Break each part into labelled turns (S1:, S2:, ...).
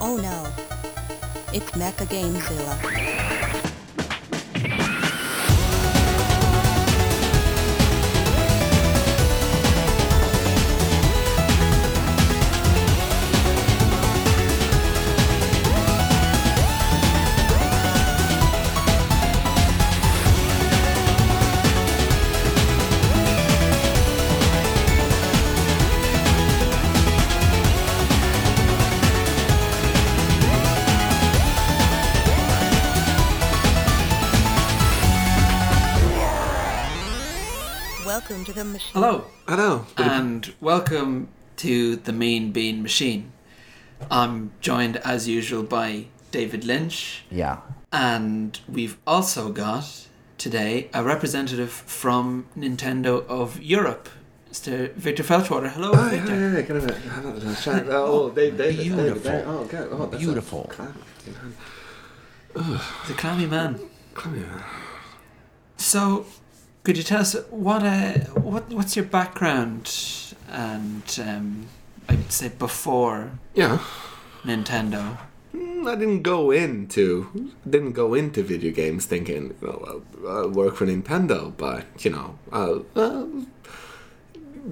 S1: Oh no. Ik maak een gamevilla. Welcome to the machine.
S2: Hello,
S3: Hello.
S2: and welcome to the Main Bane Machine. I'm joined as usual by David Lynch,
S4: Yeah.
S2: and we've also got today a representative from Nintendo of Europe, Mr. Victor Feltwater. Hello,
S3: Hi, hi,
S2: Victor.
S3: hi, can I have a- have a chat? Oh, Dave, David, David,
S4: beautiful.
S3: David. Oh, okay. Oh, that's a
S4: Beautiful.
S3: clam- clam-
S2: The clammy man.
S3: clammy man.
S2: So, could you tell us what uh, what what's your background and um, I'd say before
S3: Yeah.
S2: Nintendo?
S3: Mm, I didn't go into didn't go into video games thinking you know, I'll, I'll work for Nintendo, but you know, I'll, uh,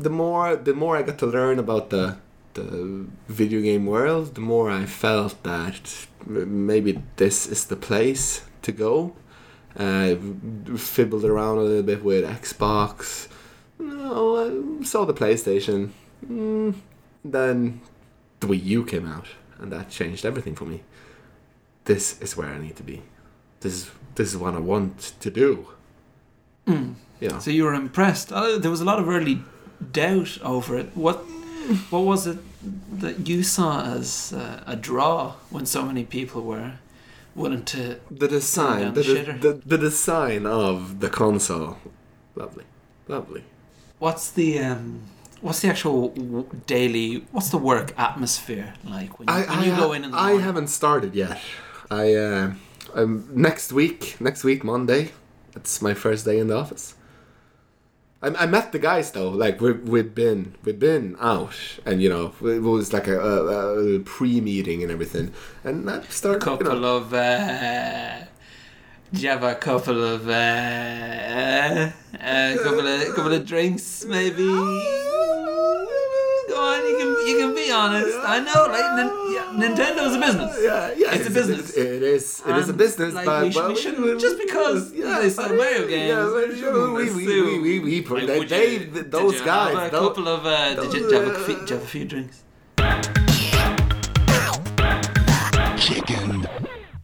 S3: the more the more I got to learn about the the video game world, the more I felt that m- maybe this is the place to go. I fibbled around a little bit with Xbox. No, I saw the PlayStation. Mm, then the Wii U came out, and that changed everything for me. This is where I need to be. This is this is what I want to do. Yeah.
S2: So you were impressed. Uh, there was a lot of early doubt over it. What what was it that you saw as uh, a draw when so many people were willing to?
S3: the design,
S2: Down
S3: the,
S2: the
S3: de-
S2: shitter.
S3: the the design of the console, lovely, lovely.
S2: What's the um, what's the actual w- daily? What's the work atmosphere like when you,
S3: I,
S2: when
S3: I,
S2: you go
S3: ha-
S2: in? in the
S3: I
S2: morning?
S3: haven't started yet. I uh, um, next week, next week Monday. That's my first day in the office. I, I met the guys though. Like we we've been we've been out, and you know it was like a, a, a pre meeting and everything. And I started. you
S2: couple
S3: know,
S2: of uh, do you have a couple of uh, uh, uh, couple of couple of drinks maybe go on you can you can be honest I know like nin- yeah, Nintendo's a business
S3: Yeah, yeah,
S2: It's a business.
S3: It is. It is a
S2: And,
S3: business,
S2: like,
S3: but
S2: we sh-
S3: but
S2: we shouldn't- just because they sell
S3: but-
S2: Mario games,
S3: Yeah, but
S2: we
S3: sure,
S2: shouldn't
S3: we, we, we,
S2: assume.
S3: we, we, we put
S2: Like,
S3: they,
S2: would
S3: they,
S2: you- did
S3: those
S2: you
S3: guys.
S2: have a
S3: those-
S2: couple of uh, did, you, did, you have a, few- did you have a few drinks
S5: Chicken.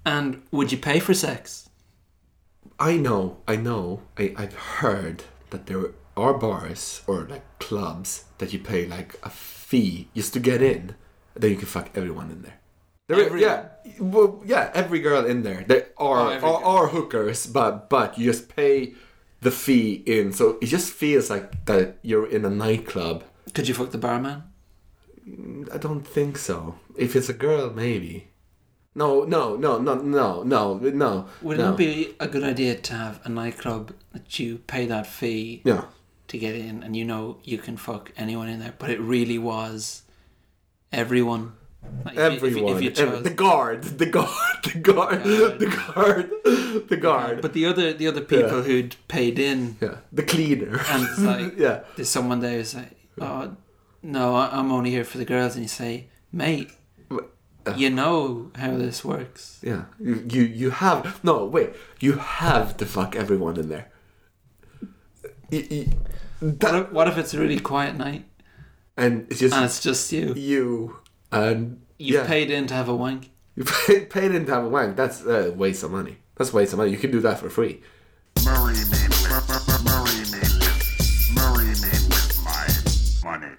S2: and would you pay for sex
S3: I know, I know, I, I've heard that there are bars or like clubs that you pay like a fee just to get in, and then you can fuck everyone in there. There,
S2: Every-
S3: yeah, well, yeah, every girl in there. There
S2: Oh,
S3: are
S2: every
S3: are,
S2: girl.
S3: are hookers, but but you just pay the fee in, so it just feels like that you're in a nightclub.
S2: could you fuck the barman
S3: I don't think so. If it's a girl, maybe. No, no, no, no, no, no, no.
S2: would it
S3: no.
S2: not be a good idea to have a nightclub that you pay that fee
S3: No.
S2: to get in, and you know you can fuck anyone in there. But it really was everyone. Like, if you- if you-
S3: Everyone,
S2: if you
S3: every-
S2: chose-
S3: the guard, the guard, the guard, the guard, the guard.
S2: but the other the other people who'd paid in,
S3: yeah, the cleaner.
S2: and it's like
S3: yeah,
S2: there's someone there who's like, oh no, I- I'm only here for the girls, and you say, mate,
S3: uh.
S2: you know how this works.
S3: yeah. You, you, you have no wait. You have to fuck everyone in there. You- you-
S2: What
S3: that-
S2: if, what if it's a really quiet night
S3: and it's just
S2: and it's just you?
S3: you and
S2: You've
S3: yeah,
S2: paid in to have a wank.
S3: You pay, paid in to have a wank. That's uh, waste of money. That's waste of money. You can do that for free.
S5: Murray me with, Murray me with, Murray me with my money.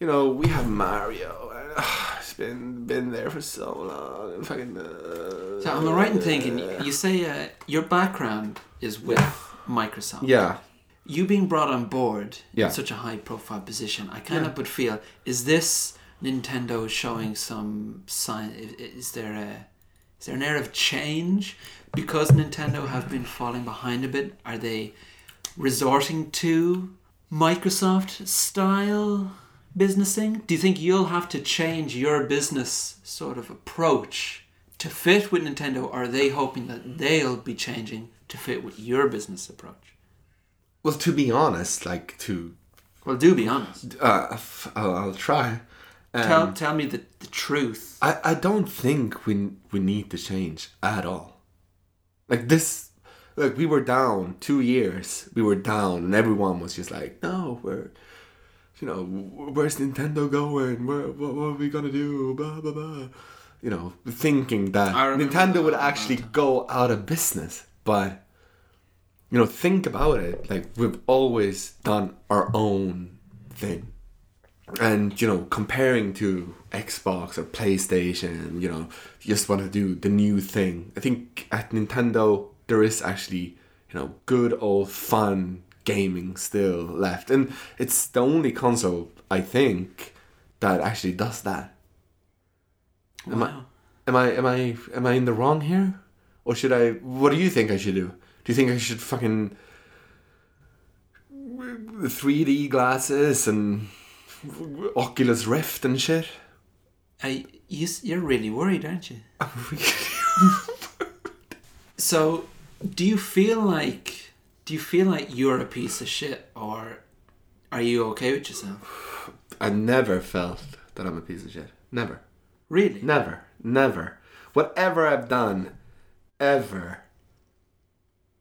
S3: you know, we have Mario. and, ah, it's been been there for so long. And fucking. Uh,
S2: So am I right in thinking you say uh, your background is with Microsoft?
S3: Yeah.
S2: you being brought on board
S3: Yeah.
S2: in such a high profile position, I cannot but feel is this Nintendo showing some sign? i- i- Is there a is there an air of change because Nintendo have been falling behind a bit? Are they resorting to Microsoft style businessing? Do you think you'll have to change your business sort of approach to fit with Nintendo, or are they hoping that they'll be changing to fit with your business approach?
S3: Well, to be honest, like to
S2: Well, do be honest.
S3: uh, f- I'll, I'll try. Um,
S2: tell tell me the, the truth.
S3: I, I don't think we we need to change at all. Like this, like we were down two years. We were down, and everyone was just like, "No, we're, you know, wh- where's Nintendo going? Where what, what are we gonna do? Blah blah blah." You know, thinking that
S2: I remember
S3: Nintendo would
S2: that
S3: actually go out of business, but you know, think about it. Like we've always done our own thing and you know comparing to xbox or playstation you know you just want to do the new thing i think at nintendo there is actually you know good old fun gaming still left and it's the only console i think that actually does that am
S2: Wow.
S3: i am i am i am i in the wrong here or should i what do you think i should do do you think i should fucking 3d glasses and Oculus Rift and shit.
S2: I, you, s- you're really worried, aren't you? So, do you feel like do you feel like you're a piece of shit, or are you okay with yourself?
S3: I never felt that I'm a piece of shit. Never.
S2: Really?
S3: Never. Never. Whatever I've done, ever,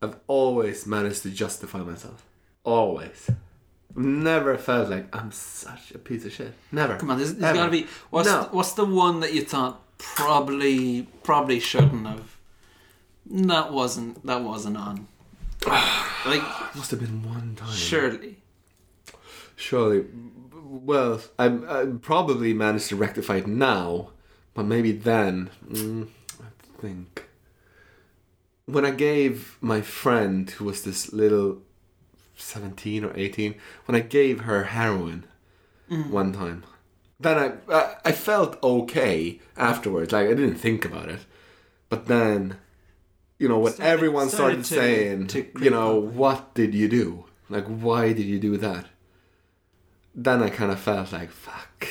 S3: I've always managed to justify myself. Always. Never felt like I'm such a piece of shit. Never.
S2: Come on, there's, there's
S3: Ever.
S2: got to be what's
S3: No.
S2: what's the one that you thought probably probably shouldn't have. That wasn't that wasn't on. Like
S3: Must have been one time.
S2: surely.
S3: Surely. Well, I, I probably managed to rectify it now, but maybe then. Mm, I think. When I gave my friend, who was this little 17 or 18, when I gave her heroin
S2: Mm.
S3: one time, then I, I, I felt okay afterwards. Like, I didn't think about it. But then, you know, when
S2: Started-
S3: everyone
S2: started
S3: started,
S2: to-
S3: saying,
S2: to creep
S3: you know, what did you do? Like, why did you do that? then I kind of felt like, fuck,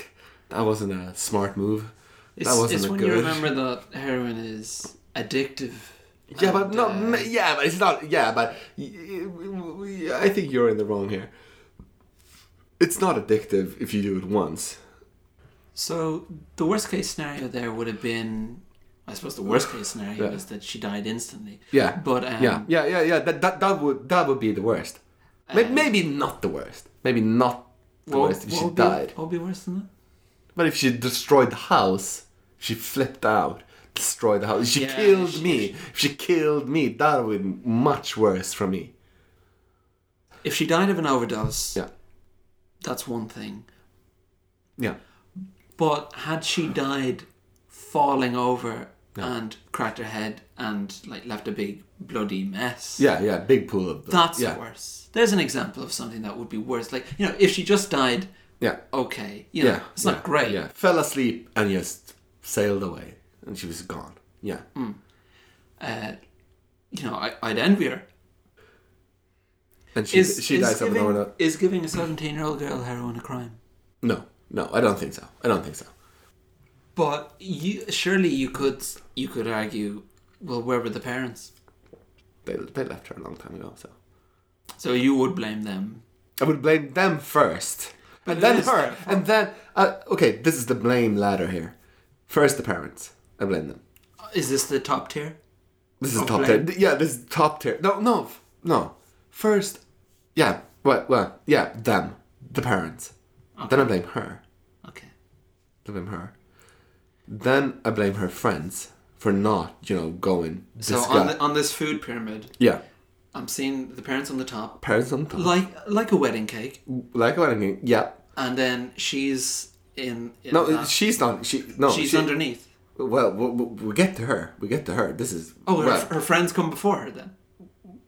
S3: that wasn't a smart move.
S2: It's,
S3: that wasn't
S2: it's
S3: a
S2: when
S3: good.
S2: you remember that heroin is addictive.
S3: yeah, but
S2: and,
S3: no,
S2: uh,
S3: ma- yeah, but it's not. Yeah, but y- y- y- I think you're in the wrong here. It's not addictive if you do it once.
S2: So the worst case scenario there would have been, I suppose the worst case scenario
S3: Yeah.
S2: is that she died instantly.
S3: Yeah.
S2: But um,
S3: yeah, yeah, yeah, yeah. That that, that would that would be the worst. May
S2: Um,
S3: maybe not the worst. Maybe not the
S2: what,
S3: worst if
S2: what
S3: she
S2: would
S3: died.
S2: Be, what would be worse than that?
S3: But if she destroyed the house, she flipped out, destroyed the house. She
S2: Yeah,
S3: killed
S2: she-
S3: me. If she killed me, that would be much worse for me.
S2: If she died of an overdose,
S3: Yeah.
S2: that's one thing.
S3: Yeah.
S2: But had she died falling over and cracked her head and like left a big bloody mess,
S3: Yeah, yeah, big pool of blood.
S2: that's
S3: yeah.
S2: worse. There's an example of something that would be worse. Like you know, if she just died,
S3: Yeah.
S2: okay, you know,
S3: Yeah.
S2: it's
S3: yeah,
S2: not great.
S3: Yeah. Fell asleep and just sailed away and she was gone. Yeah.
S2: Hmm. Uh, you know, I, I'd envy her.
S3: And she she dies of an
S2: giving,
S3: overdose.
S2: Is giving a 17 year old girl heroin a crime?
S3: No. No, I don't think so. I don't think so.
S2: But you surely you could you could argue, well, where were the parents?
S3: They, they left her a long time ago, so
S2: So you would blame them.
S3: I would blame them first, and
S2: But it
S3: then
S2: is
S3: her,
S2: their
S3: and then uh, okay. This is the blame ladder here. First, the parents. I blame them.
S2: Is this the top tier?
S3: This is
S2: Of
S3: top
S2: Oh, blame?
S3: tier. Yeah, this is top tier. No, no, f- no. First, yeah. Well, well, yeah. Them, the parents. Then I blame her.
S2: Okay.
S3: I blame her. Then I blame her friends for not, you know, going. This
S2: So on,
S3: guy.
S2: the, on this food pyramid,
S3: yeah,
S2: I'm seeing the parents on the top,
S3: parents on top.
S2: like like a wedding cake,
S3: Like what I mean? Yeah.
S2: and then she's in. in
S3: No,
S2: that-
S3: she's not. She no.
S2: she's
S3: she,
S2: underneath.
S3: Well, we we we get to her. We get to her. This is
S2: Oh, her,
S3: well,
S2: her friends come before her then.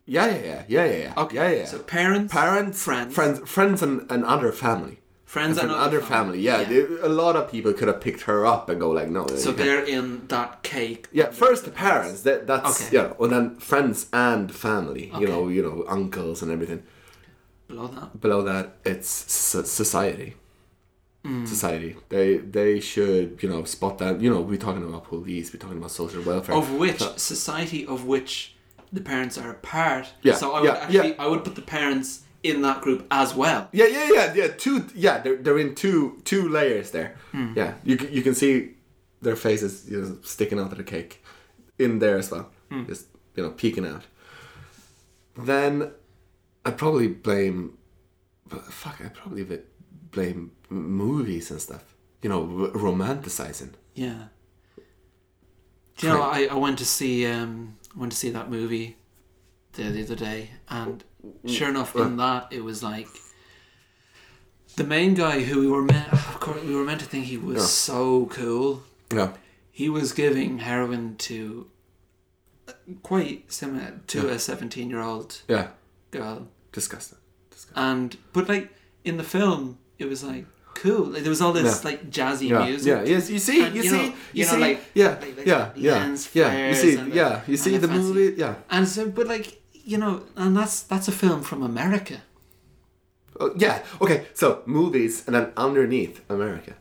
S3: Yeah, yeah, yeah, yeah, yeah, yeah.
S2: Okay.
S3: yeah, yeah.
S2: So parents,
S3: parents,
S2: friends,
S3: friends, friends, and, and other family.
S2: friends,
S3: From
S2: and
S3: other family, yeah, they- a lot of people could have picked her up and go like, no.
S2: So
S3: you can't.
S2: they're in that cake.
S3: yeah, first the parents. That that's
S2: Okay.
S3: yeah, and then friends and family. You know,
S2: Okay.
S3: you know, uncles and everything.
S2: Below that.
S3: Below that, it's so- society.
S2: Hmm.
S3: society. They they should you know spot that. You know we're talking about police. We're talking about social welfare.
S2: of which
S3: So-
S2: society of which the parents are a part.
S3: Yeah,
S2: So I would
S3: yeah,
S2: actually
S3: yeah.
S2: I would put the parents in that group as well.
S3: Yeah, yeah, yeah, yeah. Two, yeah, they're, they're in two two layers there.
S2: Hmm.
S3: Yeah, you c- you can see their faces you know, sticking out of the cake in there as well,
S2: Hmm.
S3: just you know peeking out. Then I probably blame, but fuck, I probably b- blame m- movies and stuff. You know, r- romanticizing.
S2: Yeah. Do you know I, I went to see um I went to see that movie the, the other day and sure enough in that it was like the main guy who we were meant of course we were meant to think he was
S3: Yeah.
S2: so cool.
S3: Yeah,
S2: He was giving heroin to uh, quite similar to a seventeen year old
S3: yeah,
S2: girl.
S3: disgusting. disgusting.
S2: and but like in the film it was like cool like there was all this
S3: Yeah.
S2: like jazzy
S3: Yeah,
S2: music
S3: yeah, yes. You see,
S2: And,
S3: you
S2: you
S3: see,
S2: know- you know,
S3: see,
S2: like-
S3: yeah,
S2: like- like
S3: yeah,
S2: the
S3: yeah,
S2: lens
S3: yeah. You
S2: flares
S3: see,
S2: and the-
S3: yeah, you
S2: and
S3: see
S2: the
S3: the
S2: fancy-
S3: movie, yeah.
S2: and so but like you know and that's that's a film from america
S3: Oh, yeah. Okay. So movies, and then underneath America,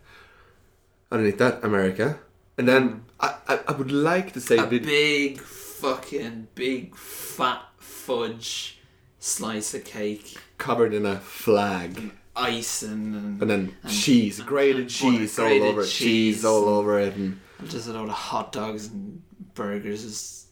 S3: underneath that America, and then I, I, I would like to say
S2: Hmm. a
S3: vid-
S2: big fucking big fat fudge slice of cake
S3: covered in a flag,
S2: icing and,
S3: and then cheese, grated
S2: and
S3: cheese all
S2: grated
S3: over it, cheese
S2: cheese.
S3: all over it, and
S2: and just a lot of hot dogs and burgers is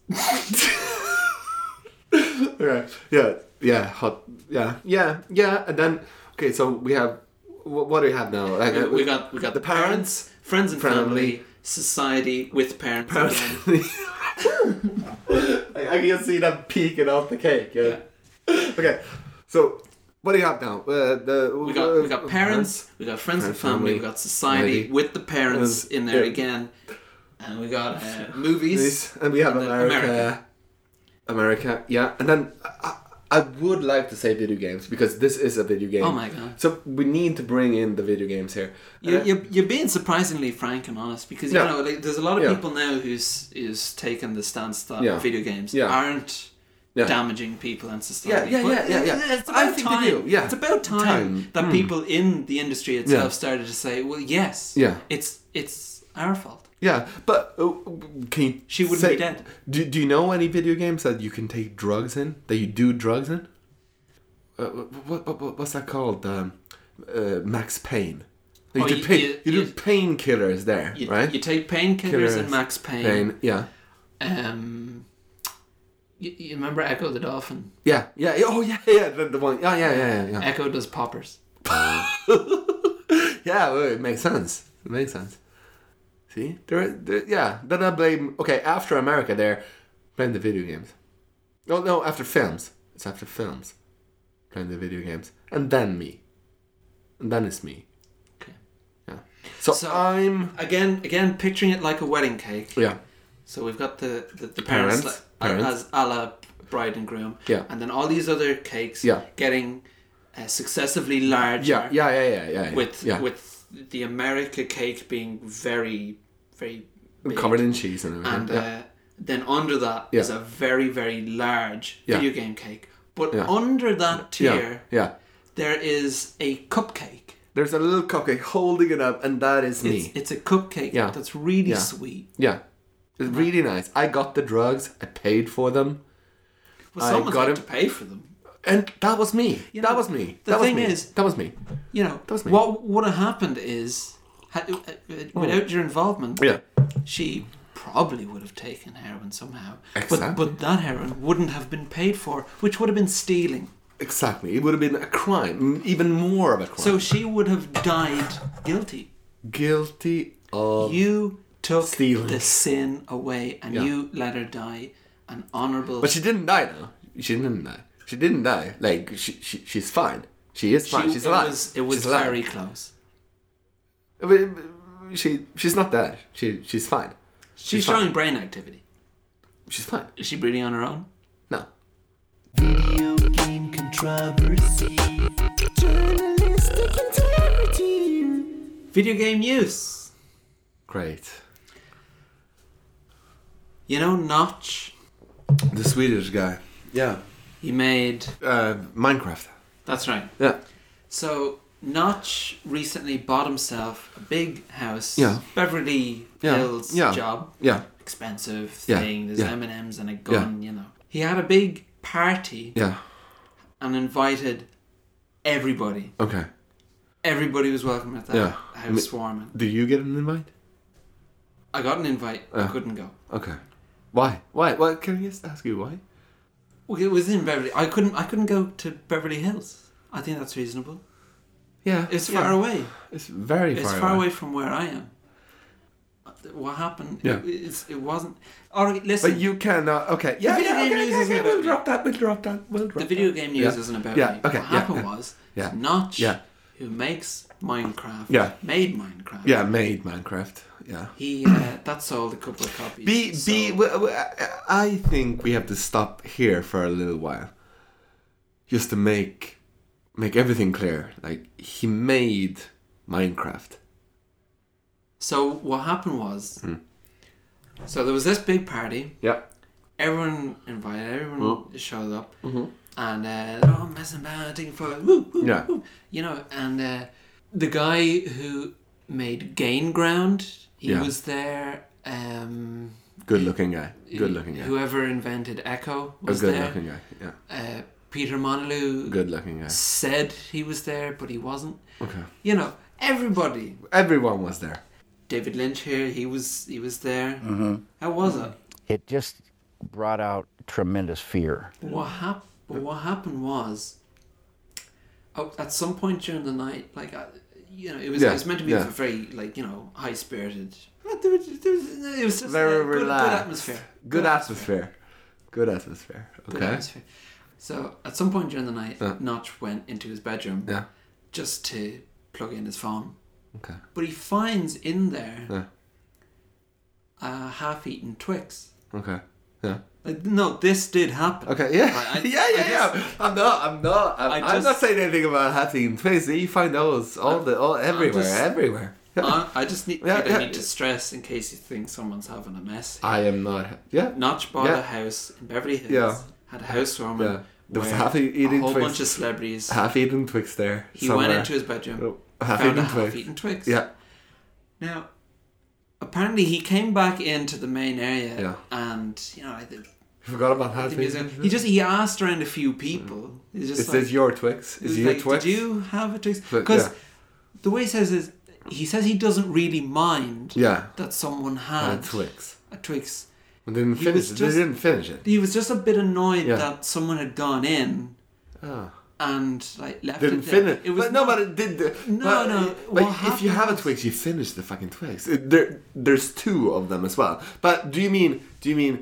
S3: yeah, yeah, yeah, hot, yeah, yeah, yeah, and then okay. So we have what, what do we have now? Like, uh,
S2: we got we got
S3: the parents,
S2: friends and
S3: family.
S2: family, society with parents, again.
S3: Like, I can see them peeking off the cake. Yeah. okay, so what do you have now? Uh, the
S2: We got we got parents, we got friends and
S3: Uh, Friends, family,
S2: family, we got society
S3: family.
S2: with the parents
S3: And-
S2: in there
S3: yeah.
S2: again, and we got uh, movies.
S3: and we have
S2: and then
S3: America, America.
S2: America.
S3: yeah. And then I, I I would like to say video games because this is a video game.
S2: Oh my God.
S3: So we need to bring in the video games here.
S2: You,
S3: Uh,
S2: you're, you're being surprisingly frank and honest because you
S3: Yeah.
S2: know like, there's a lot of
S3: Yeah.
S2: people now who's is taking the stance that
S3: Yeah.
S2: video games
S3: Yeah.
S2: aren't
S3: Yeah.
S2: damaging people and society.
S3: Yeah, yeah,
S2: But
S3: yeah, yeah, yeah.
S2: It's
S3: I
S2: about
S3: think they
S2: time.
S3: do, yeah.
S2: It's about time,
S3: Time. Hmm.
S2: that people in the industry itself
S3: Yeah.
S2: started to say, well, yes,
S3: Yeah.
S2: it's it's our fault.
S3: Yeah, but uh, can you
S2: She wouldn't
S3: say-
S2: be dead.
S3: Do, do you know any video games that you can take drugs in? That you do drugs in? Uh, what, what, what what's that called? Um, uh, Max Payne. You
S2: Oh,
S3: do
S2: you-
S3: pain, you,
S2: you-
S3: do
S2: you-
S3: painkillers there,
S2: You,
S3: right?
S2: you take painkillers and Max Payne.
S3: Yeah.
S2: Um, you, you remember Echo the dolphin?
S3: Yeah, yeah, yeah, oh yeah, yeah, the, the one, yeah, yeah, yeah, yeah, yeah.
S2: Echo does poppers.
S3: Yeah, well, it makes sense. It makes sense. See, there, there yeah. Then I blame. Okay, after America, there, blame the video games. No, no, after films. It's after films. Blame the video games, and then me, and then it's me.
S2: Okay.
S3: Yeah. So,
S2: So-
S3: I'm.
S2: Again, again, picturing it like a wedding cake.
S3: Yeah.
S2: So we've got the the, the parents,
S3: Parents,
S2: like,
S3: parents.
S2: as a la bride and groom.
S3: Yeah.
S2: And then all these other cakes.
S3: Yeah.
S2: Getting uh, successively larger.
S3: Yeah, yeah, yeah, yeah, yeah. yeah
S2: With
S3: yeah.
S2: with the America cake being very very big.
S3: covered in cheese and everything.
S2: and
S3: yeah.
S2: uh, then under that is
S3: Yeah.
S2: a very very large
S3: Yeah.
S2: video game cake. But
S3: Yeah.
S2: under that tier,
S3: yeah, yeah.
S2: there is a cupcake.
S3: There's a little cupcake holding it up, and that is me.
S2: It's, it's a cupcake
S3: Yeah.
S2: that's really
S3: Yeah.
S2: sweet.
S3: yeah. It's really nice. I got the drugs. I paid for them. I
S2: Well, someone's
S3: got
S2: got
S3: him-
S2: to pay for them.
S3: And that was me.
S2: You
S3: that
S2: know,
S3: was me.
S2: the
S3: that
S2: thing
S3: was me.
S2: is-
S3: that was me.
S2: You know,
S3: was me. Hmm.
S2: what would have happened is, had, uh, uh, without your involvement,
S3: Yeah.
S2: she probably would have taken heroin somehow. But,
S3: Exactly.
S2: but that heroin wouldn't have been paid for, which would have been stealing.
S3: Exactly. It would have been a crime, m- even more of a crime.
S2: So she would have died guilty.
S3: guilty of
S2: You took
S3: Um, Stealing.
S2: the sin away and
S3: Yeah.
S2: you let her die an honourable...
S3: But she didn't die now. She didn't die. She didn't die. Like she, she she's fine. She is fine. she's
S2: it
S3: alive.
S2: was, it was
S3: she's
S2: very
S3: alive.
S2: close.
S3: I mean, She she's not dead. She she's fine.
S2: She's,
S3: fine.
S2: showing brain activity.
S3: She's fine.
S2: Is she breathing on her own?
S3: No.
S2: Video game use.
S3: Great.
S2: You know, Notch.
S3: The Swedish guy. Yeah.
S2: He made.
S3: Uh, Minecraft.
S2: That's right.
S3: Yeah.
S2: So Notch recently bought himself a big house,
S3: Yeah.
S2: Beverly
S3: Yeah.
S2: Hills
S3: Yeah.
S2: job,
S3: Yeah.
S2: expensive
S3: Yeah.
S2: thing. There's
S3: Yeah.
S2: M and M's and a gun, you know. He had a big party
S3: Yeah.
S2: and invited everybody.
S3: Okay.
S2: Everybody was welcome at that
S3: Yeah.
S2: house warming.
S3: Do you get an invite?
S2: I got an invite. I
S3: Yeah.
S2: couldn't go.
S3: Okay. Why? Why? Why? Can I just ask you why?
S2: Well, It was in Beverly. I couldn't. I couldn't go to Beverly Hills. I think that's reasonable.
S3: Yeah.
S2: It's
S3: yeah.
S2: far away.
S3: It's very
S2: It's
S3: far,
S2: far away from where I am. What happened?
S3: Yeah.
S2: It, it's, it wasn't. All right, listen.
S3: But you cannot. Okay. Yeah.
S2: video
S3: yeah,
S2: game
S3: okay,
S2: news
S3: okay,
S2: isn't
S3: okay,
S2: about
S3: We'll
S2: me.
S3: drop that. We'll drop that. We'll drop
S2: the video
S3: that.
S2: game news
S3: Yeah.
S2: isn't about
S3: Yeah,
S2: me.
S3: okay,
S2: what
S3: yeah,
S2: happened
S3: yeah,
S2: was
S3: yeah.
S2: Notch,
S3: Yeah.
S2: who makes Minecraft,
S3: Yeah.
S2: made Minecraft.
S3: Yeah. Made Minecraft. Yeah.
S2: He uh, that sold a couple of copies.
S3: Be
S2: so-
S3: be. w- w- I think we have to stop here for a little while, just to make make everything clear. Like he made Minecraft.
S2: So what happened was,
S3: Hmm.
S2: so there was this big party.
S3: Yeah.
S2: Everyone invited. Everyone
S3: Mm-hmm.
S2: showed up, and uh, they're all messing about, taking photos. Woo, woo,
S3: Yeah.
S2: woo, you know, and uh, the guy who made Gain Ground, he
S3: Yeah.
S2: was there. Um,
S3: Good looking guy. Good looking guy.
S2: Whoever invented Echo
S3: A
S2: was
S3: good
S2: there.
S3: looking guy. Yeah.
S2: Uh, Peter Monalou
S3: Good looking guy.
S2: said he was there, but he wasn't.
S3: Okay.
S2: You know, everybody.
S3: Everyone was there.
S2: David Lynch here. He was. He was there. How was it?
S4: it just brought out tremendous fear.
S2: What hap- but What happened was, oh, at some point during the night, like I, you know, it was,
S3: Yeah,
S2: it was meant to be
S3: yeah.
S2: a very like you know high spirited. There was, there was, it was just
S3: Very
S2: a good, good
S3: relaxed.
S2: atmosphere.
S3: Good atmosphere. Good atmosphere.
S2: Good
S3: Okay.
S2: atmosphere. So at some point during the night, Notch went into his bedroom
S3: Yeah.
S2: just to plug in his phone,
S3: Okay.
S2: but he finds in there
S3: Yeah.
S2: a half-eaten Twix.
S3: Okay. Yeah.
S2: Like, no, this did happen.
S3: Okay. Yeah.
S2: Right, I-
S3: yeah.
S2: I
S3: Yeah. yeah. I'm not. I'm not. I'm,
S2: I
S3: I'm not
S2: just-
S3: saying anything about Hattie and Twizzy. You find those all the all everywhere.
S2: just-
S3: everywhere.
S2: I, I just need,
S3: Yeah,
S2: I
S3: yeah.
S2: need to stress in case you think someone's having a mess.
S3: I am not. Yeah.
S2: Notch bought
S3: Yeah.
S2: a house in Beverly Hills.
S3: Yeah.
S2: Had a housewarming.
S3: Yeah. There was
S2: where
S3: half eating
S2: a whole
S3: Twix.
S2: bunch of celebrities.
S3: Half eaten Twix there.
S2: he
S3: somewhere.
S2: went into his bedroom,
S3: Oh, half
S2: found a
S3: eaten Twix.
S2: half-eaten Twix.
S3: Yeah.
S2: Now, apparently, he came back into the main area,
S3: Yeah.
S2: and you know, I think
S3: He forgot about
S2: I
S3: Hattie.
S2: think he, was like- he just he asked around a few people. He's just
S3: Is
S2: like,
S3: this your Twix?
S2: he
S3: Is
S2: was
S3: your
S2: like,
S3: Twix?
S2: Did you have a Twix?
S3: But,
S2: Because
S3: yeah.
S2: the way he says is, he says he doesn't really mind
S3: Yeah.
S2: that someone had
S3: Had Twix.
S2: a Twix.
S3: And didn't
S2: He
S3: finish
S2: was
S3: it.
S2: just-
S3: They didn't finish it.
S2: He was just a bit annoyed
S3: Yeah.
S2: that someone had gone in
S3: Oh.
S2: and like left
S3: didn't
S2: it there.
S3: finish.
S2: It was
S3: but no,
S2: not-
S3: but it did. The,
S2: No,
S3: but,
S2: no,
S3: But
S2: what
S3: if you
S2: happened
S3: have a
S2: was-
S3: Twix, you finish the fucking Twix. It- There, there's two of them as well. But do you mean? Do you mean?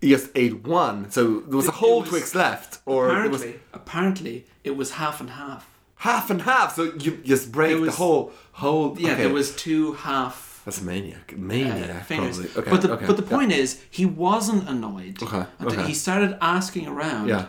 S3: You just ate one, so there was a
S2: It- it
S3: whole
S2: was-
S3: Twix left, or there was
S2: apparently, apparently it was half and half.
S3: half and half. So you just break
S2: There was-
S3: the whole whole.
S2: Yeah,
S3: okay.
S2: there was two half
S3: That's maniac,
S2: uh,
S3: maniac,
S2: fingers.
S3: probably. Okay,
S2: but the
S3: okay,
S2: but the
S3: yeah.
S2: point is, he wasn't annoyed.
S3: Okay,
S2: And th-
S3: okay.
S2: He started asking around.
S3: Yeah.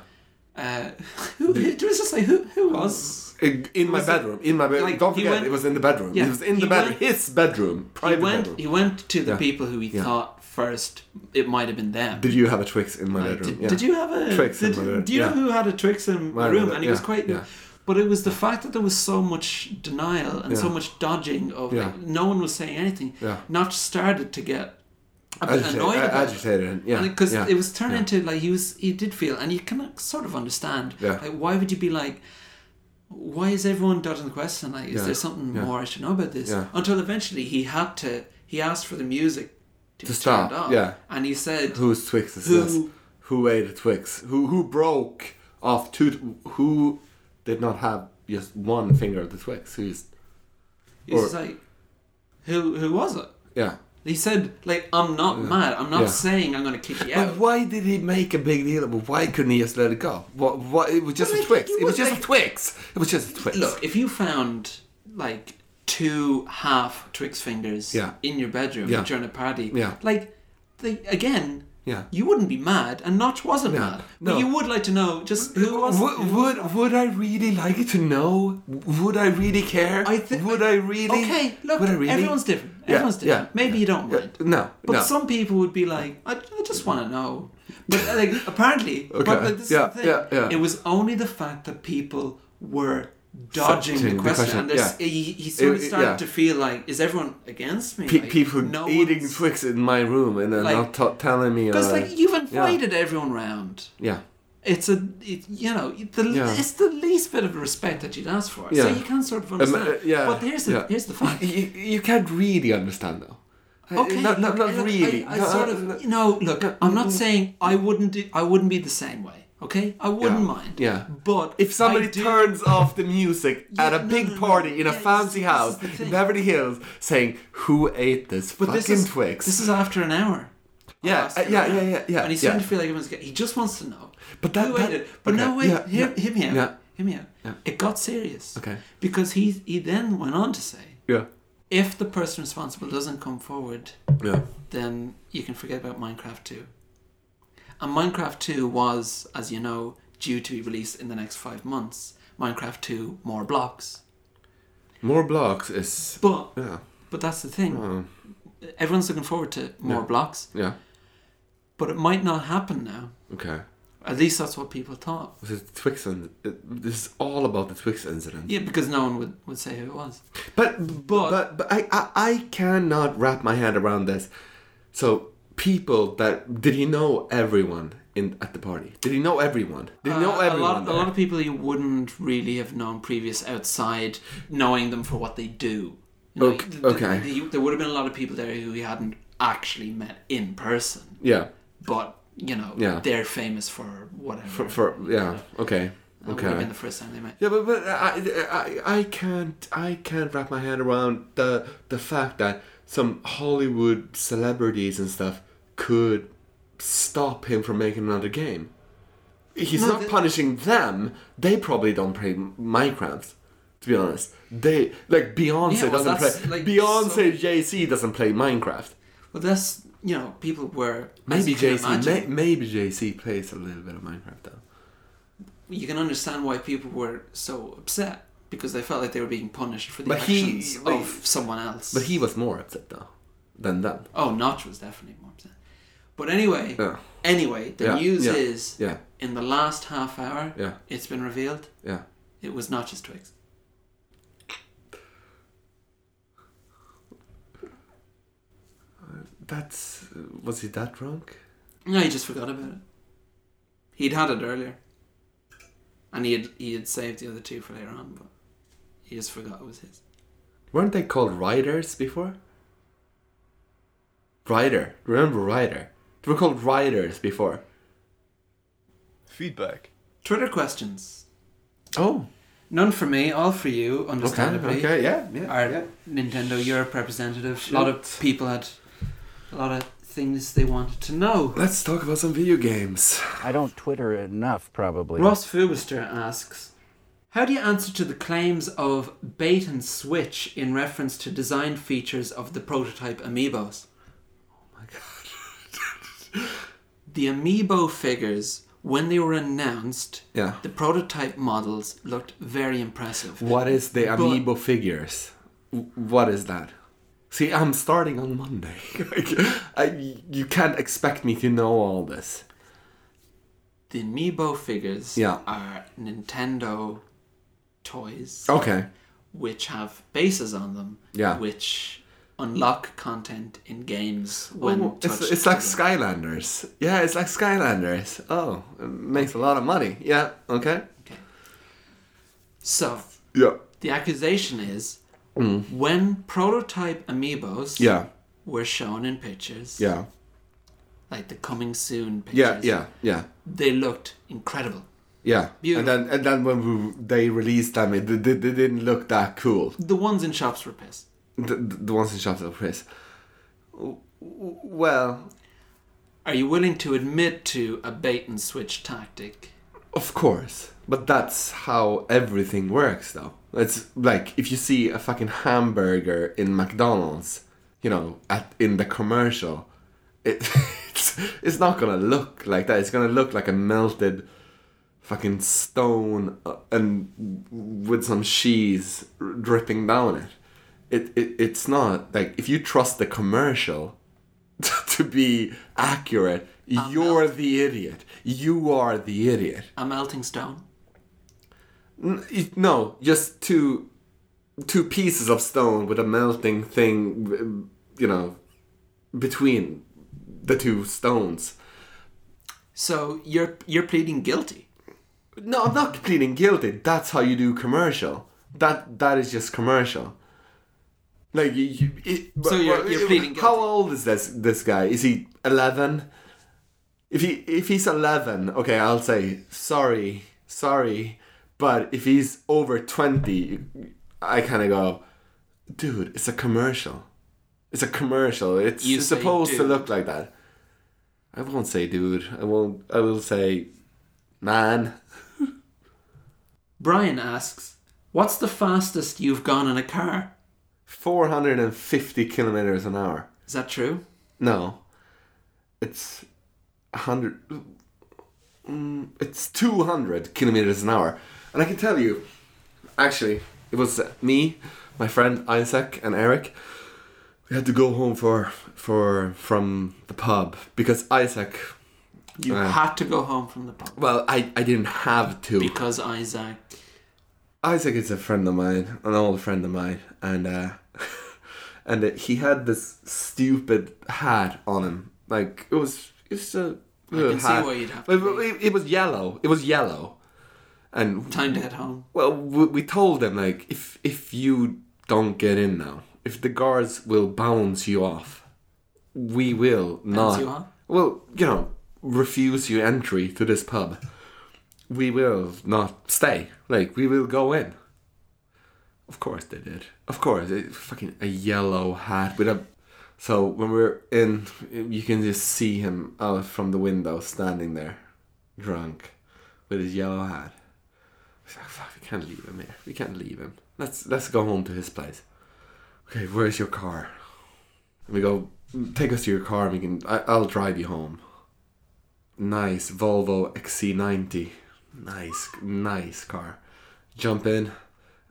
S2: Uh, who, it was just like who who was
S3: In- in my
S2: was-
S3: bedroom, in my bedroom.
S2: like,
S3: Don't
S2: he
S3: forget,
S2: went-
S3: it was in the bedroom.
S2: Yeah,
S3: it was in
S2: he
S3: the bedroom,
S2: went-
S3: his bedroom,
S2: he
S3: private
S2: went
S3: bedroom.
S2: he went to the
S3: Yeah.
S2: people who he
S3: Yeah.
S2: thought first it might have been them.
S3: Did you have a Twix in my
S2: Like,
S3: bedroom?
S2: Did,
S3: Yeah.
S2: did you have a
S3: Twix in
S2: did-
S3: my room,
S2: Do you know
S3: yeah.
S2: who had a Twix in my
S3: My
S2: room?
S3: room,
S2: And he was
S3: yeah,
S2: quite.
S3: yeah.
S2: But it was the fact that there was so much denial and so
S3: Yeah.
S2: much dodging of
S3: Yeah.
S2: like, no one was saying anything.
S3: Yeah.
S2: Not started to get a bit
S3: Agitated-
S2: annoyed about
S3: agitated,
S2: it.
S3: yeah,
S2: Because
S3: yeah,
S2: it was turned into
S3: yeah.
S2: like he was he did feel and you can like, sort of understand
S3: Yeah.
S2: like why would you be like. Why is everyone dodging the question? Like, is
S3: Yeah,
S2: there something
S3: yeah.
S2: more I should know about this?
S3: Yeah.
S2: Until eventually he had to. He asked for the music to, be
S3: stop,
S2: Turned off,
S3: yeah.
S2: And he said,
S3: Whose Twix is
S2: Who-
S3: this? Who ate a Twix? Who who broke off two? Who did not have just one finger of the Twix? Who's
S2: He's
S3: Or-
S2: just like, who who was it?
S3: yeah?
S2: He said, like, I'm not mad. I'm not
S3: Yeah.
S2: saying I'm going to kick you
S3: But
S2: out.
S3: why did he make a big deal? But why couldn't he just let it go? What? What? It was just
S2: Well,
S3: a
S2: like,
S3: Twix.
S2: you
S3: It was
S2: would,
S3: just a
S2: like-
S3: Twix. It was just a Twix.
S2: Look, if you found like two half Twix fingers
S3: Yeah.
S2: in your bedroom
S3: Yeah.
S2: during a party,
S3: Yeah.
S2: like, they, again,
S3: Yeah.
S2: you wouldn't be mad, and Notch wasn't
S3: No,
S2: mad.
S3: no.
S2: But you would like to know just who was.
S3: Would,
S2: who was
S3: would would I really like to know? Would I really care?
S2: I think.
S3: Would I really?
S2: Okay, look,
S3: Would I really?
S2: everyone's different.
S3: Yeah,
S2: Everyone's different.
S3: yeah,
S2: Maybe you don't
S3: yeah.
S2: mind.
S3: No,
S2: But
S3: no.
S2: some people would be like, I, I just want to know. But like, apparently,
S3: Okay,
S2: but like, this
S3: yeah,
S2: is the thing.
S3: yeah, yeah.
S2: It was only the fact that people were dodging
S3: Fetching
S2: the
S3: the
S2: question,
S3: question,
S2: and there's,
S3: yeah.
S2: he, he sort of
S3: It- it-
S2: started
S3: yeah.
S2: to feel like, is everyone against me?
S3: Pe-
S2: Like,
S3: people eating
S2: one's-
S3: Twix in my room and then
S2: Like-
S3: not t- telling me.
S2: Because
S3: uh,
S2: like you've
S3: yeah.
S2: invited everyone round.
S3: yeah.
S2: It's a, it, you know, the,
S3: Yeah.
S2: it's the least bit of respect that you'd ask for. So
S3: Yeah.
S2: you can sort of
S3: Um,
S2: understand.
S3: uh, yeah.
S2: But here's the
S3: yeah.
S2: here's the
S3: You-
S2: fact.
S3: You, you can't really understand though. Uh,
S2: Okay,
S3: Not, not, not
S2: look,
S3: really.
S2: I, I
S3: No,
S2: sort
S3: uh,
S2: of,
S3: no. mm-hmm.
S2: you know, look, I'm not saying I wouldn't do, I wouldn't be the same way. Okay, I wouldn't
S3: Yeah,
S2: mind.
S3: yeah.
S2: But
S3: If somebody
S2: I do-
S3: turns off the music at
S2: Yeah,
S3: a
S2: no,
S3: big
S2: no, no.
S3: party in a
S2: Yeah, this-
S3: fancy
S2: this is
S3: house
S2: the
S3: in
S2: thing.
S3: Beverly Hills saying, Who ate this
S2: but
S3: fucking
S2: this is
S3: Twix?
S2: This is after an hour.
S3: Yeah,
S2: Last
S3: uh, yeah,
S2: hour.
S3: yeah, yeah, yeah,
S2: And he seemed
S3: yeah.
S2: to feel like everyone's get, he just wants to know.
S3: But that-
S2: who
S3: that-
S2: ate it. But
S3: okay,
S2: no, wait,
S3: yeah,
S2: hear,
S3: yeah,
S2: hear me out.
S3: yeah.
S2: Hear me out.
S3: Yeah.
S2: It got serious.
S3: Okay.
S2: Because he he then went on to say,
S3: yeah.
S2: if the person responsible doesn't come forward,
S3: Yeah.
S2: then you can forget about Minecraft 2. And Minecraft 2 was, as you know, due to be released in the next five months. Minecraft 2 more blocks.
S3: More blocks is.
S2: But
S3: Yeah. Hmm.
S2: but that's the thing. Everyone's looking forward to more blocks,
S3: Yeah.
S2: but it might not happen now.
S3: Okay.
S2: At least that's what people thought.
S3: This is Twix and it- this is all about the Twix incident.
S2: Yeah, because no one would, would say who it was.
S3: But but
S2: But-
S3: but, I, I I cannot wrap my head around this. So people that did he know everyone in at the party? Did he know everyone? Did he know
S2: Uh,
S3: everyone?
S2: a lot, a
S3: there?
S2: lot of people you wouldn't really have known previous outside knowing them for what they do. You know,
S3: Ok-
S2: th- th-
S3: okay.
S2: th- there would have been a lot of people there who he hadn't actually met in person,
S3: yeah.
S2: but you know,
S3: Yeah.
S2: they're famous for whatever.
S3: For, for yeah. Okay.
S2: that would have
S3: Okay.
S2: been the first time they met.
S3: Yeah, but, but I, I I can't I can't wrap my head around the the fact that some Hollywood celebrities and stuff could stop him from making another game. He's
S2: No,
S3: not
S2: the-
S3: punishing them. They probably don't play Minecraft. To be honest, they like Beyonce
S2: Yeah, well,
S3: doesn't
S2: that's,
S3: play.
S2: like,
S3: Beyonce,
S2: so-
S3: Jay Z doesn't play Minecraft.
S2: But that's you know, people were as
S3: Maybe
S2: you can
S3: Jay Z. May,
S2: imagine,
S3: maybe Jay Z plays a little bit of Minecraft though.
S2: You can understand why people were so upset because they felt like they were being punished for the
S3: But he-
S2: actions
S3: but-
S2: of someone else.
S3: But he was more upset though than them.
S2: Oh, Notch was definitely more upset. But anyway,
S3: Yeah.
S2: anyway, the
S3: Yeah,
S2: news
S3: yeah,
S2: is
S3: yeah.
S2: in the last half hour,
S3: Yeah.
S2: it's been revealed
S3: Yeah.
S2: it was Notch's Twix.
S3: That's was he that drunk?
S2: No, he just forgot about it. He'd had it earlier, and he had he had saved the other two for later on, but he just forgot it was his.
S3: Weren't they called riders before? Rider, remember rider? They were called riders before.
S6: Feedback.
S2: Twitter questions.
S3: Oh,
S2: None for me, all for you,
S3: okay,
S2: understandably.
S3: okay, yeah, yeah,
S2: Our
S3: yeah.
S2: Nintendo Europe representative. A lot of people had a lot of things they wanted to know.
S3: Let's talk about some video games.
S4: I don't Twitter enough, probably.
S2: Ross Fubister asks, how do you answer to the claims of bait and switch in reference to design features of the prototype amiibos? Oh The amiibo figures, when they were announced,
S3: Yeah.
S2: the prototype models looked very impressive.
S3: What is the
S2: But-
S3: amiibo figures? W- What is that? See, I'm starting on Monday. Like, I, you can't expect me to know all this.
S2: The amiibo figures
S3: Yeah.
S2: are Nintendo toys.
S3: Okay.
S2: which have bases on them,
S3: Oh. Yeah.
S2: which unlock content in games when
S3: Oh, it's,
S2: touched.
S3: it's like
S2: together.
S3: Skylanders. Yeah, it's like Skylanders. Oh, it makes a lot of money. Yeah, okay.
S2: So
S3: Yeah.
S2: the accusation is when prototype amiibos
S3: Mm. Yeah.
S2: were shown in pictures,
S3: Yeah.
S2: like the coming soon pictures,
S3: Yeah, yeah, yeah.
S2: they looked incredible.
S3: Yeah.
S2: Beautiful.
S3: And then and then when we, they released them it, they, they didn't look that cool.
S2: The ones in shops were pissed.
S3: The, the ones in shops of Chris. Well,
S2: Are you willing to admit to a bait and switch tactic?
S3: of course. But that's how everything works though. It's like if you see a fucking hamburger in McDonald's, you know, at in the commercial, it it's, it's not going to look like that. It's going to look like a melted fucking stone uh, and with some cheese r- dripping down it. It, it it's not like if you trust the commercial to be accurate, you're the idiot. You are the idiot.
S2: A melting stone?
S3: N- it- No, just two two pieces of stone with a melting thing, you know, between the two stones.
S2: So you're you're pleading guilty.
S3: No, I'm not pleading guilty. That's how you do commercial. That that is just commercial. Like you, you it,
S2: So
S3: but-
S2: you're-
S3: but-
S2: you're pleading
S3: How
S2: guilty.
S3: old is this this guy? Is he eleven? If he if he's eleven, okay, I'll say sorry, sorry. But if he's over twenty, I kind of go, dude, it's a commercial. It's a commercial. It's,
S2: You
S3: it's
S2: say
S3: supposed to
S2: dude.
S3: look like that. I won't say dude. I won't. I will say, man.
S2: Brian asks, "What's the fastest you've gone in a car?"
S3: 450 kilometers an hour.
S2: Is that true?
S3: No, it's 100. Mm, It's 200 kilometers an hour. And I can tell you, actually, it was me, my friend Isaac, and Eric. We had to go home for for from the pub because Isaac.
S2: You
S3: Uh.
S2: had to go home from the pub
S3: Well, I, I didn't have to.
S2: because Isaac.
S3: Isaac is a friend of mine, an old friend of mine, and uh, and he had this stupid hat on him. Like it was, it's a little
S2: can see
S3: hat.
S2: why you'd have to
S3: But it, it was yellow. It was yellow, and
S2: Time to head home.
S3: well, we, we told them like if if you don't get in now, if the guards will bounce you off, we will not.
S2: you off?
S3: Well, you know, refuse you entry to this pub. We will not stay. Like we will go in. Of course they did. Of course, it, fucking a yellow hat with a. So when we're in, you can just see him out from the window, standing there, drunk, with his yellow hat. He's like, Fuck, we can't leave him here. We can't leave him. Let's let's go home to his place. Okay, where's your car? And we go, take us to your car. And we can. I, I'll drive you home. Nice Volvo XC90. Nice, nice car. Jump in,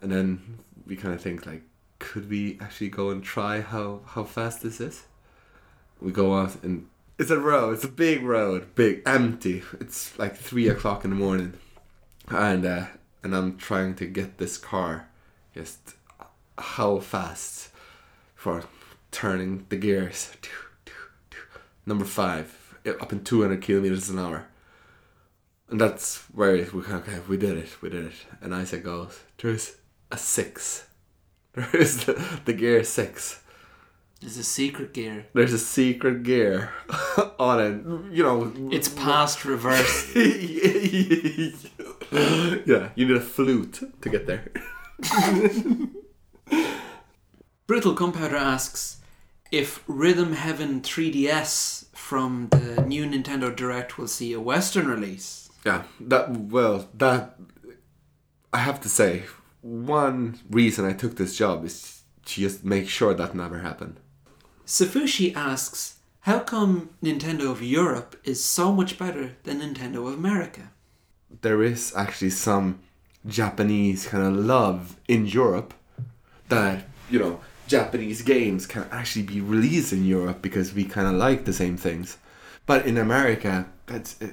S3: and then we kind of think like, could we actually go and try how how fast this is? We go out and it's a road. It's a big road. Big, empty. It's like three o'clock in the morning and uh, and I'm trying to get this car just how fast for turning the gears. Number five, up in 200 kilometers an hour. And that's where it, we, okay, we did it, we did it. And Isaac goes, there's a six. There is the, the gear six.
S2: There's a secret gear.
S3: There's a secret gear on it. You know,
S2: It's past reverse.
S3: yeah, you need a flute to get there.
S2: Brutal Compounder asks if Rhythm Heaven 3DS from the new Nintendo Direct will see a Western release.
S3: Yeah, that well, that I have to say, one reason I took this job is to just make sure that never happened.
S2: Safushi asks, how come Nintendo of Europe is so much better than Nintendo of America?
S3: There is actually some Japanese kind of love in Europe that you know Japanese games can actually be released in Europe because we kind of like the same things, but in America that's it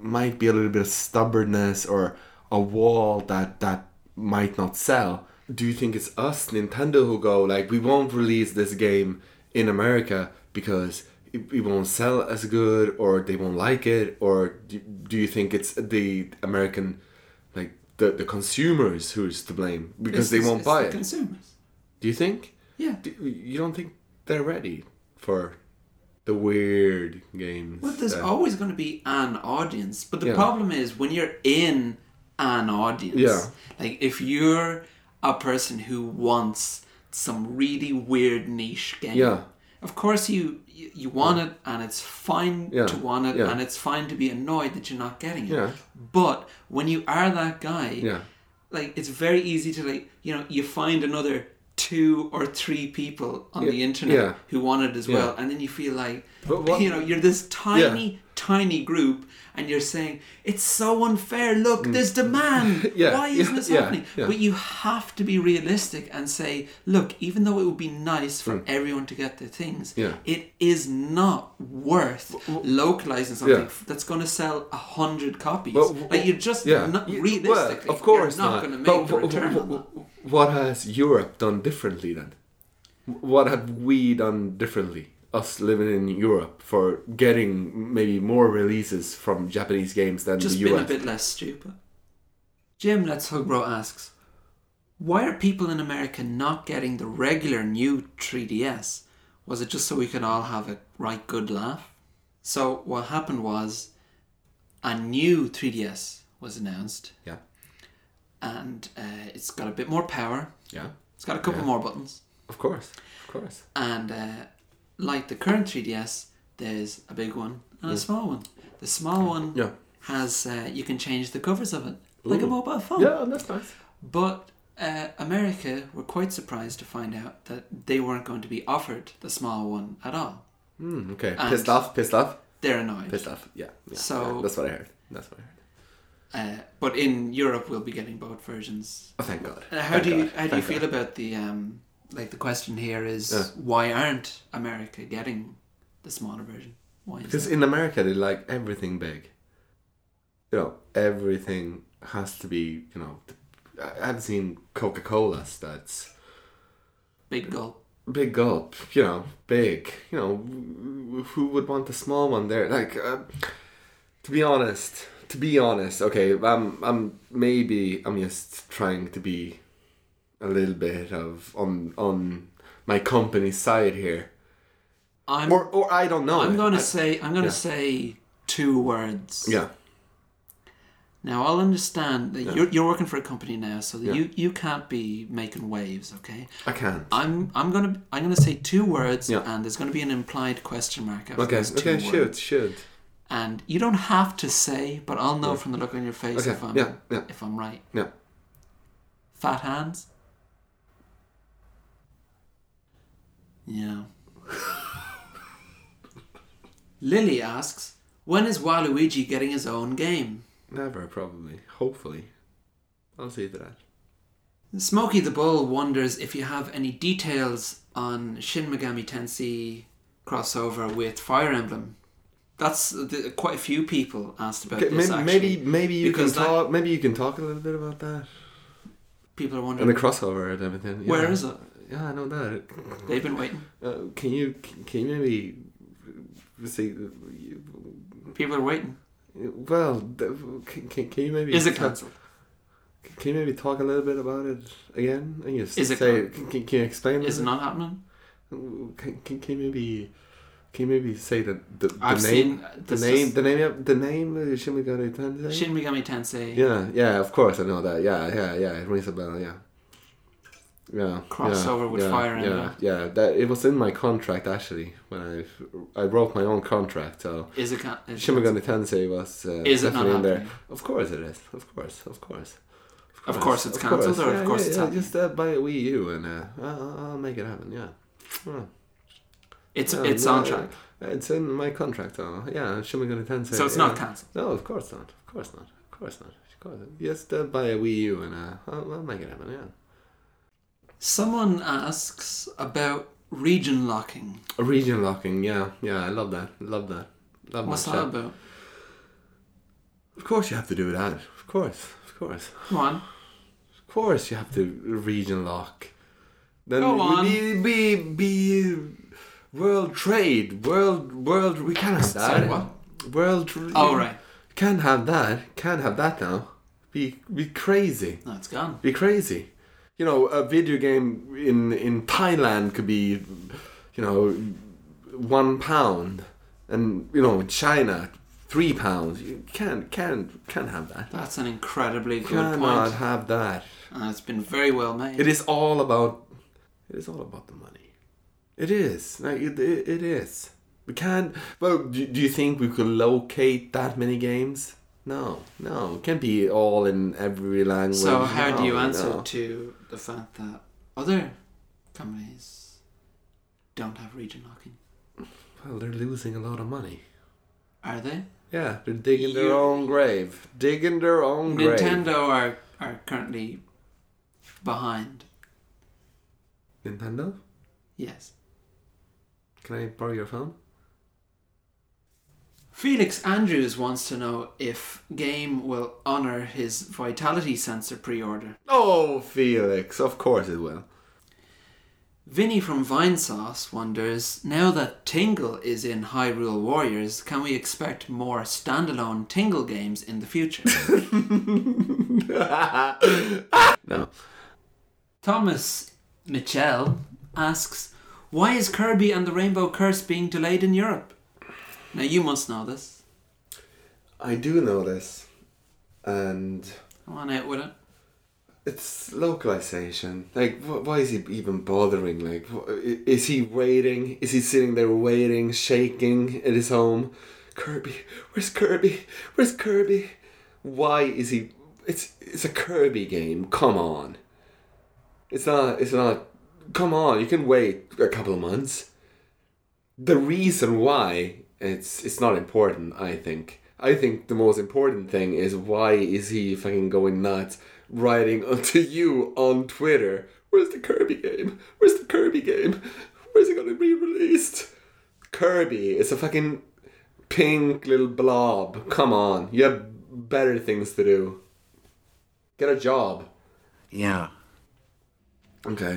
S3: might be a little bit of stubbornness or a wall that that might not sell. Do you think it's us Nintendo who go like we won't release this game in America because it, it won't sell as good or they won't like it or do, do you think it's the American like the, the consumers who's to blame
S2: It's-
S3: because they
S2: it's-
S3: won't
S2: it's
S3: buy
S2: the
S3: it?
S2: Consumers.
S3: Do you think?
S2: Yeah.
S3: Do, you don't think they're ready for the weird games?
S2: But there's
S3: that-
S2: always going to be an audience. But the
S3: uh, Yeah.
S2: problem is when you're in an audience,
S3: Yeah.
S2: like if you're a person who wants some really weird niche game,
S3: Yeah.
S2: of course you you you want it and it's fine
S3: Yeah.
S2: to want it
S3: Yeah.
S2: and it's fine to be annoyed that you're not getting it.
S3: Yeah.
S2: But when you are that guy,
S3: Yeah.
S2: like it's very easy to like you know you find another two or three people on the internet
S3: yeah.
S2: who want it as well and then you feel like
S3: But what-
S2: you know you're this tiny tiny group and you're saying it's so unfair look there's demand
S3: Mm. Yeah,
S2: why isn't
S3: yeah,
S2: this
S3: yeah,
S2: happening
S3: yeah.
S2: but you have to be realistic and say look even though it would be nice for everyone to get their things
S3: Mm. Yeah.
S2: it is not worth localizing something
S3: Yeah.
S2: f- that's going to sell a hundred copies
S3: Well, w-
S2: like you're just
S3: yeah.
S2: not
S3: You-
S2: realistically
S3: well, of course
S2: you're not,
S3: not.
S2: going to make
S3: But
S2: a
S3: wh-
S2: return
S3: wh-
S2: on that.
S3: wh- What has Europe done differently then? What have we done differently? Us living in Europe for getting maybe more releases from Japanese games than
S2: just
S3: the
S2: been
S3: US.
S2: a bit less stupid. Jim Let's Hug Bro asks, why are people in America not getting the regular new 3DS? Was it just so we could all have a right good laugh? So what happened was, a new 3DS was announced,
S3: Yeah,
S2: and uh, it's got a bit more power.
S3: yeah,
S2: It's got a couple
S3: Yeah.
S2: more buttons,
S3: of course, of course.
S2: and uh, like the current 3DS, there's a big one and a small one. The small one
S3: Mm. Yeah.
S2: has uh, you can change the covers of it like a
S3: Ooh.
S2: mobile phone.
S3: Yeah, that's nice.
S2: But uh, America were quite surprised to find out that they weren't going to be offered the small one at all.
S3: Mm, okay,
S2: And-
S3: pissed off, pissed off,
S2: They're annoyed.
S3: pissed off. Yeah, yeah,
S2: So-
S3: yeah, that's what I heard. That's what I heard.
S2: Uh, but in Europe, we'll be getting both versions.
S3: Oh, thank God.
S2: Uh, how
S3: Thank
S2: do you
S3: God.
S2: how do you
S3: Thank
S2: feel
S3: God.
S2: about the um like the question here is
S3: Yeah.
S2: why aren't America getting the smaller version? Why is
S3: Because
S2: that?
S3: in America, they like everything big. You know, everything has to be. You know, I- I've seen Coca Cola's that's
S2: big gulp?
S3: big gulp. You know, big. You know, who would want the small one there? Like, uh, to be honest, to be honest, okay, I'm, I'm maybe I'm just trying to be a little bit of on on my company's side here,
S2: I'm
S3: or or I don't know.
S2: I'm gonna
S3: I-
S2: say I'm gonna
S3: yeah.
S2: say two words.
S3: yeah,
S2: Now I'll understand that you're you're working for a company now, so that you you can't be making waves, okay?
S3: I can.
S2: I'm I'm gonna I'm gonna say two words,
S3: Yeah.
S2: and there's gonna be an implied question mark after
S3: Okay,
S2: those two
S3: okay, shoot,
S2: words.
S3: shoot.
S2: And you don't have to say, but I'll know from the look on your face
S3: Okay,
S2: if I'm
S3: yeah, yeah.
S2: if I'm right.
S3: No.
S2: Fat hands. Yeah. Lily asks, when is Waluigi getting his own game?
S3: Never, probably. Hopefully. I'll see to that.
S2: Smokey the Bull wonders if you have any details on Shin Megami Tensei crossover with Fire Emblem. That's the, quite a few people asked about
S3: Okay,
S2: this
S3: maybe,
S2: actually.
S3: maybe maybe you
S2: Because
S3: can
S2: that-
S3: talk maybe you can talk a little bit about that.
S2: people are
S3: And the
S2: wondering
S3: crossover and everything. Yeah.
S2: where is it.
S3: Yeah, I know that.
S2: They've been waiting.
S3: Uh, can you can you maybe see
S2: People are waiting.
S3: well can, can, can you maybe
S2: Is it
S3: talk-
S2: cancelled?
S3: Can you maybe talk a little bit about it again? And you
S2: Is it
S3: say can, can you explain
S2: Is
S3: it?
S2: it not happening?
S3: can, can, can you maybe can you maybe say the the, the
S2: I've
S3: name
S2: seen, uh,
S3: the
S2: this
S3: name,
S2: is-
S3: the name of- the name of Shin Megami Tensei?
S2: Shin Megami Tensei
S3: Yeah, yeah, of course I know that. Yeah, yeah, yeah. It rings a bell. Yeah. Yeah.
S2: Crossover
S3: yeah,
S2: with
S3: yeah,
S2: Fire Emblem.
S3: Yeah, yeah. That it was in my contract actually when I I wrote my own contract. So
S2: is it can- is
S3: Shin Megami Tensei was uh,
S2: Is it not
S3: definitely in there.
S2: happening?
S3: Of course it is. Of course, of course.
S2: Of course it's cancelled, or of
S3: Yeah,
S2: course
S3: yeah,
S2: it's
S3: yeah,
S2: happening?
S3: Just uh, buy a Wii U and uh, I'll, I'll make it happen. Yeah. Hmm. Yeah,
S2: It's
S3: yeah,
S2: it's
S3: yeah,
S2: on track.
S3: yeah. Oh, It's in my contract. though. yeah, Shin Megami Tensei.
S2: So it's
S3: yeah.
S2: not cancelled.
S3: No, of course not. Of course not. Of course not. Of course not. Just uh, buy a Wii U and uh, I'll, I'll make it happen. Yeah.
S2: Someone asks about region locking.
S3: A region locking. Yeah, yeah. I love that. Love that. Love
S2: What's
S3: that
S2: that
S3: Oh, shit.
S2: about?
S3: Of course you have to do that. Of course. Of course.
S2: Come on.
S3: Of course you have to region lock. Then
S2: Go
S3: we-
S2: on.
S3: Be, be be world trade. World world. We can't have that.
S2: Sorry, what?
S3: World. Tra-
S2: Oh right.
S3: Can't have that. Can't have that now. Be be crazy.
S2: No, it's gone.
S3: be crazy. You know, a video game in in Thailand could be, you know, one pound, and you know, in China, three pounds. You can't can't can't have that.
S2: That's an incredibly good
S3: Cannot
S2: point.
S3: have that.
S2: And Uh, it's been very well made.
S3: It is all about. It is all about the money. It is like it, it, it is. We can't. Well, do, do you think we could locate that many games? No, no. It can't be all in every language.
S2: So how do
S3: No,
S2: you answer
S3: no.
S2: to the fact that other companies don't have region locking?
S3: Well, they're losing a lot of money.
S2: Are they?
S3: Yeah, they're digging their
S2: You-
S3: own grave. Digging their own grave.
S2: Nintendo are are currently behind.
S3: Nintendo?
S2: Yes.
S3: Can I borrow your phone?
S2: Felix Andrews wants to know if Game will honor his Vitality Sensor pre-order.
S3: Oh, Felix, of course it will.
S2: Vinny from Vinesauce wonders, now that Tingle is in Hyrule Warriors, can we expect more standalone Tingle games in the future?
S3: No.
S2: Thomas Mitchell asks, why is Kirby and the Rainbow Curse being delayed in Europe? Now you must know this.
S3: I do know this. And
S2: Come on out with it.
S3: it's localization. Like, wh- why is he even bothering? Like, wh- i- is he waiting? Is he sitting there waiting, shaking at his home? Kirby, where's Kirby? Where's Kirby? Why is he? It's it's a Kirby game. Come on. It's not. It's not. Come on. You can wait a couple of months. The reason why it's it's not important. I think. I think the most important thing is why is he fucking going nuts writing onto you on Twitter? Where's the Kirby game? Where's the Kirby game? Where's it gonna be released? Kirby is a fucking pink little blob. Come on, you have better things to do. Get a job.
S4: Yeah.
S3: Okay,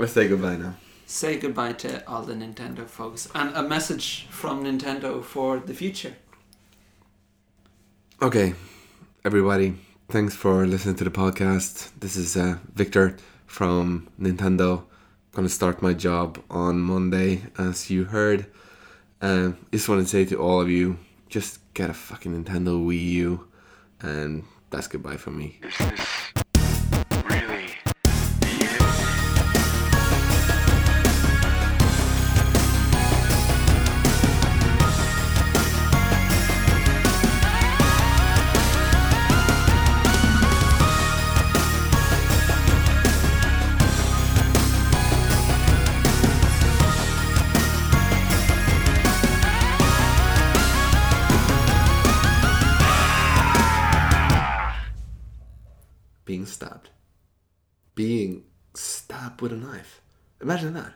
S3: let's say goodbye now.
S2: Say goodbye to all the Nintendo folks and a message from Nintendo for the future.
S3: Okay, everybody, thanks for listening to the podcast. This is uh, Victor from Nintendo. Gonna start my job on Monday, as you heard. Um, just want to say to all of you, just get a fucking Nintendo Wii U, and that's goodbye for me.
S5: Is this really the end?
S3: Being stabbed. Being stabbed with a knife. Imagine that.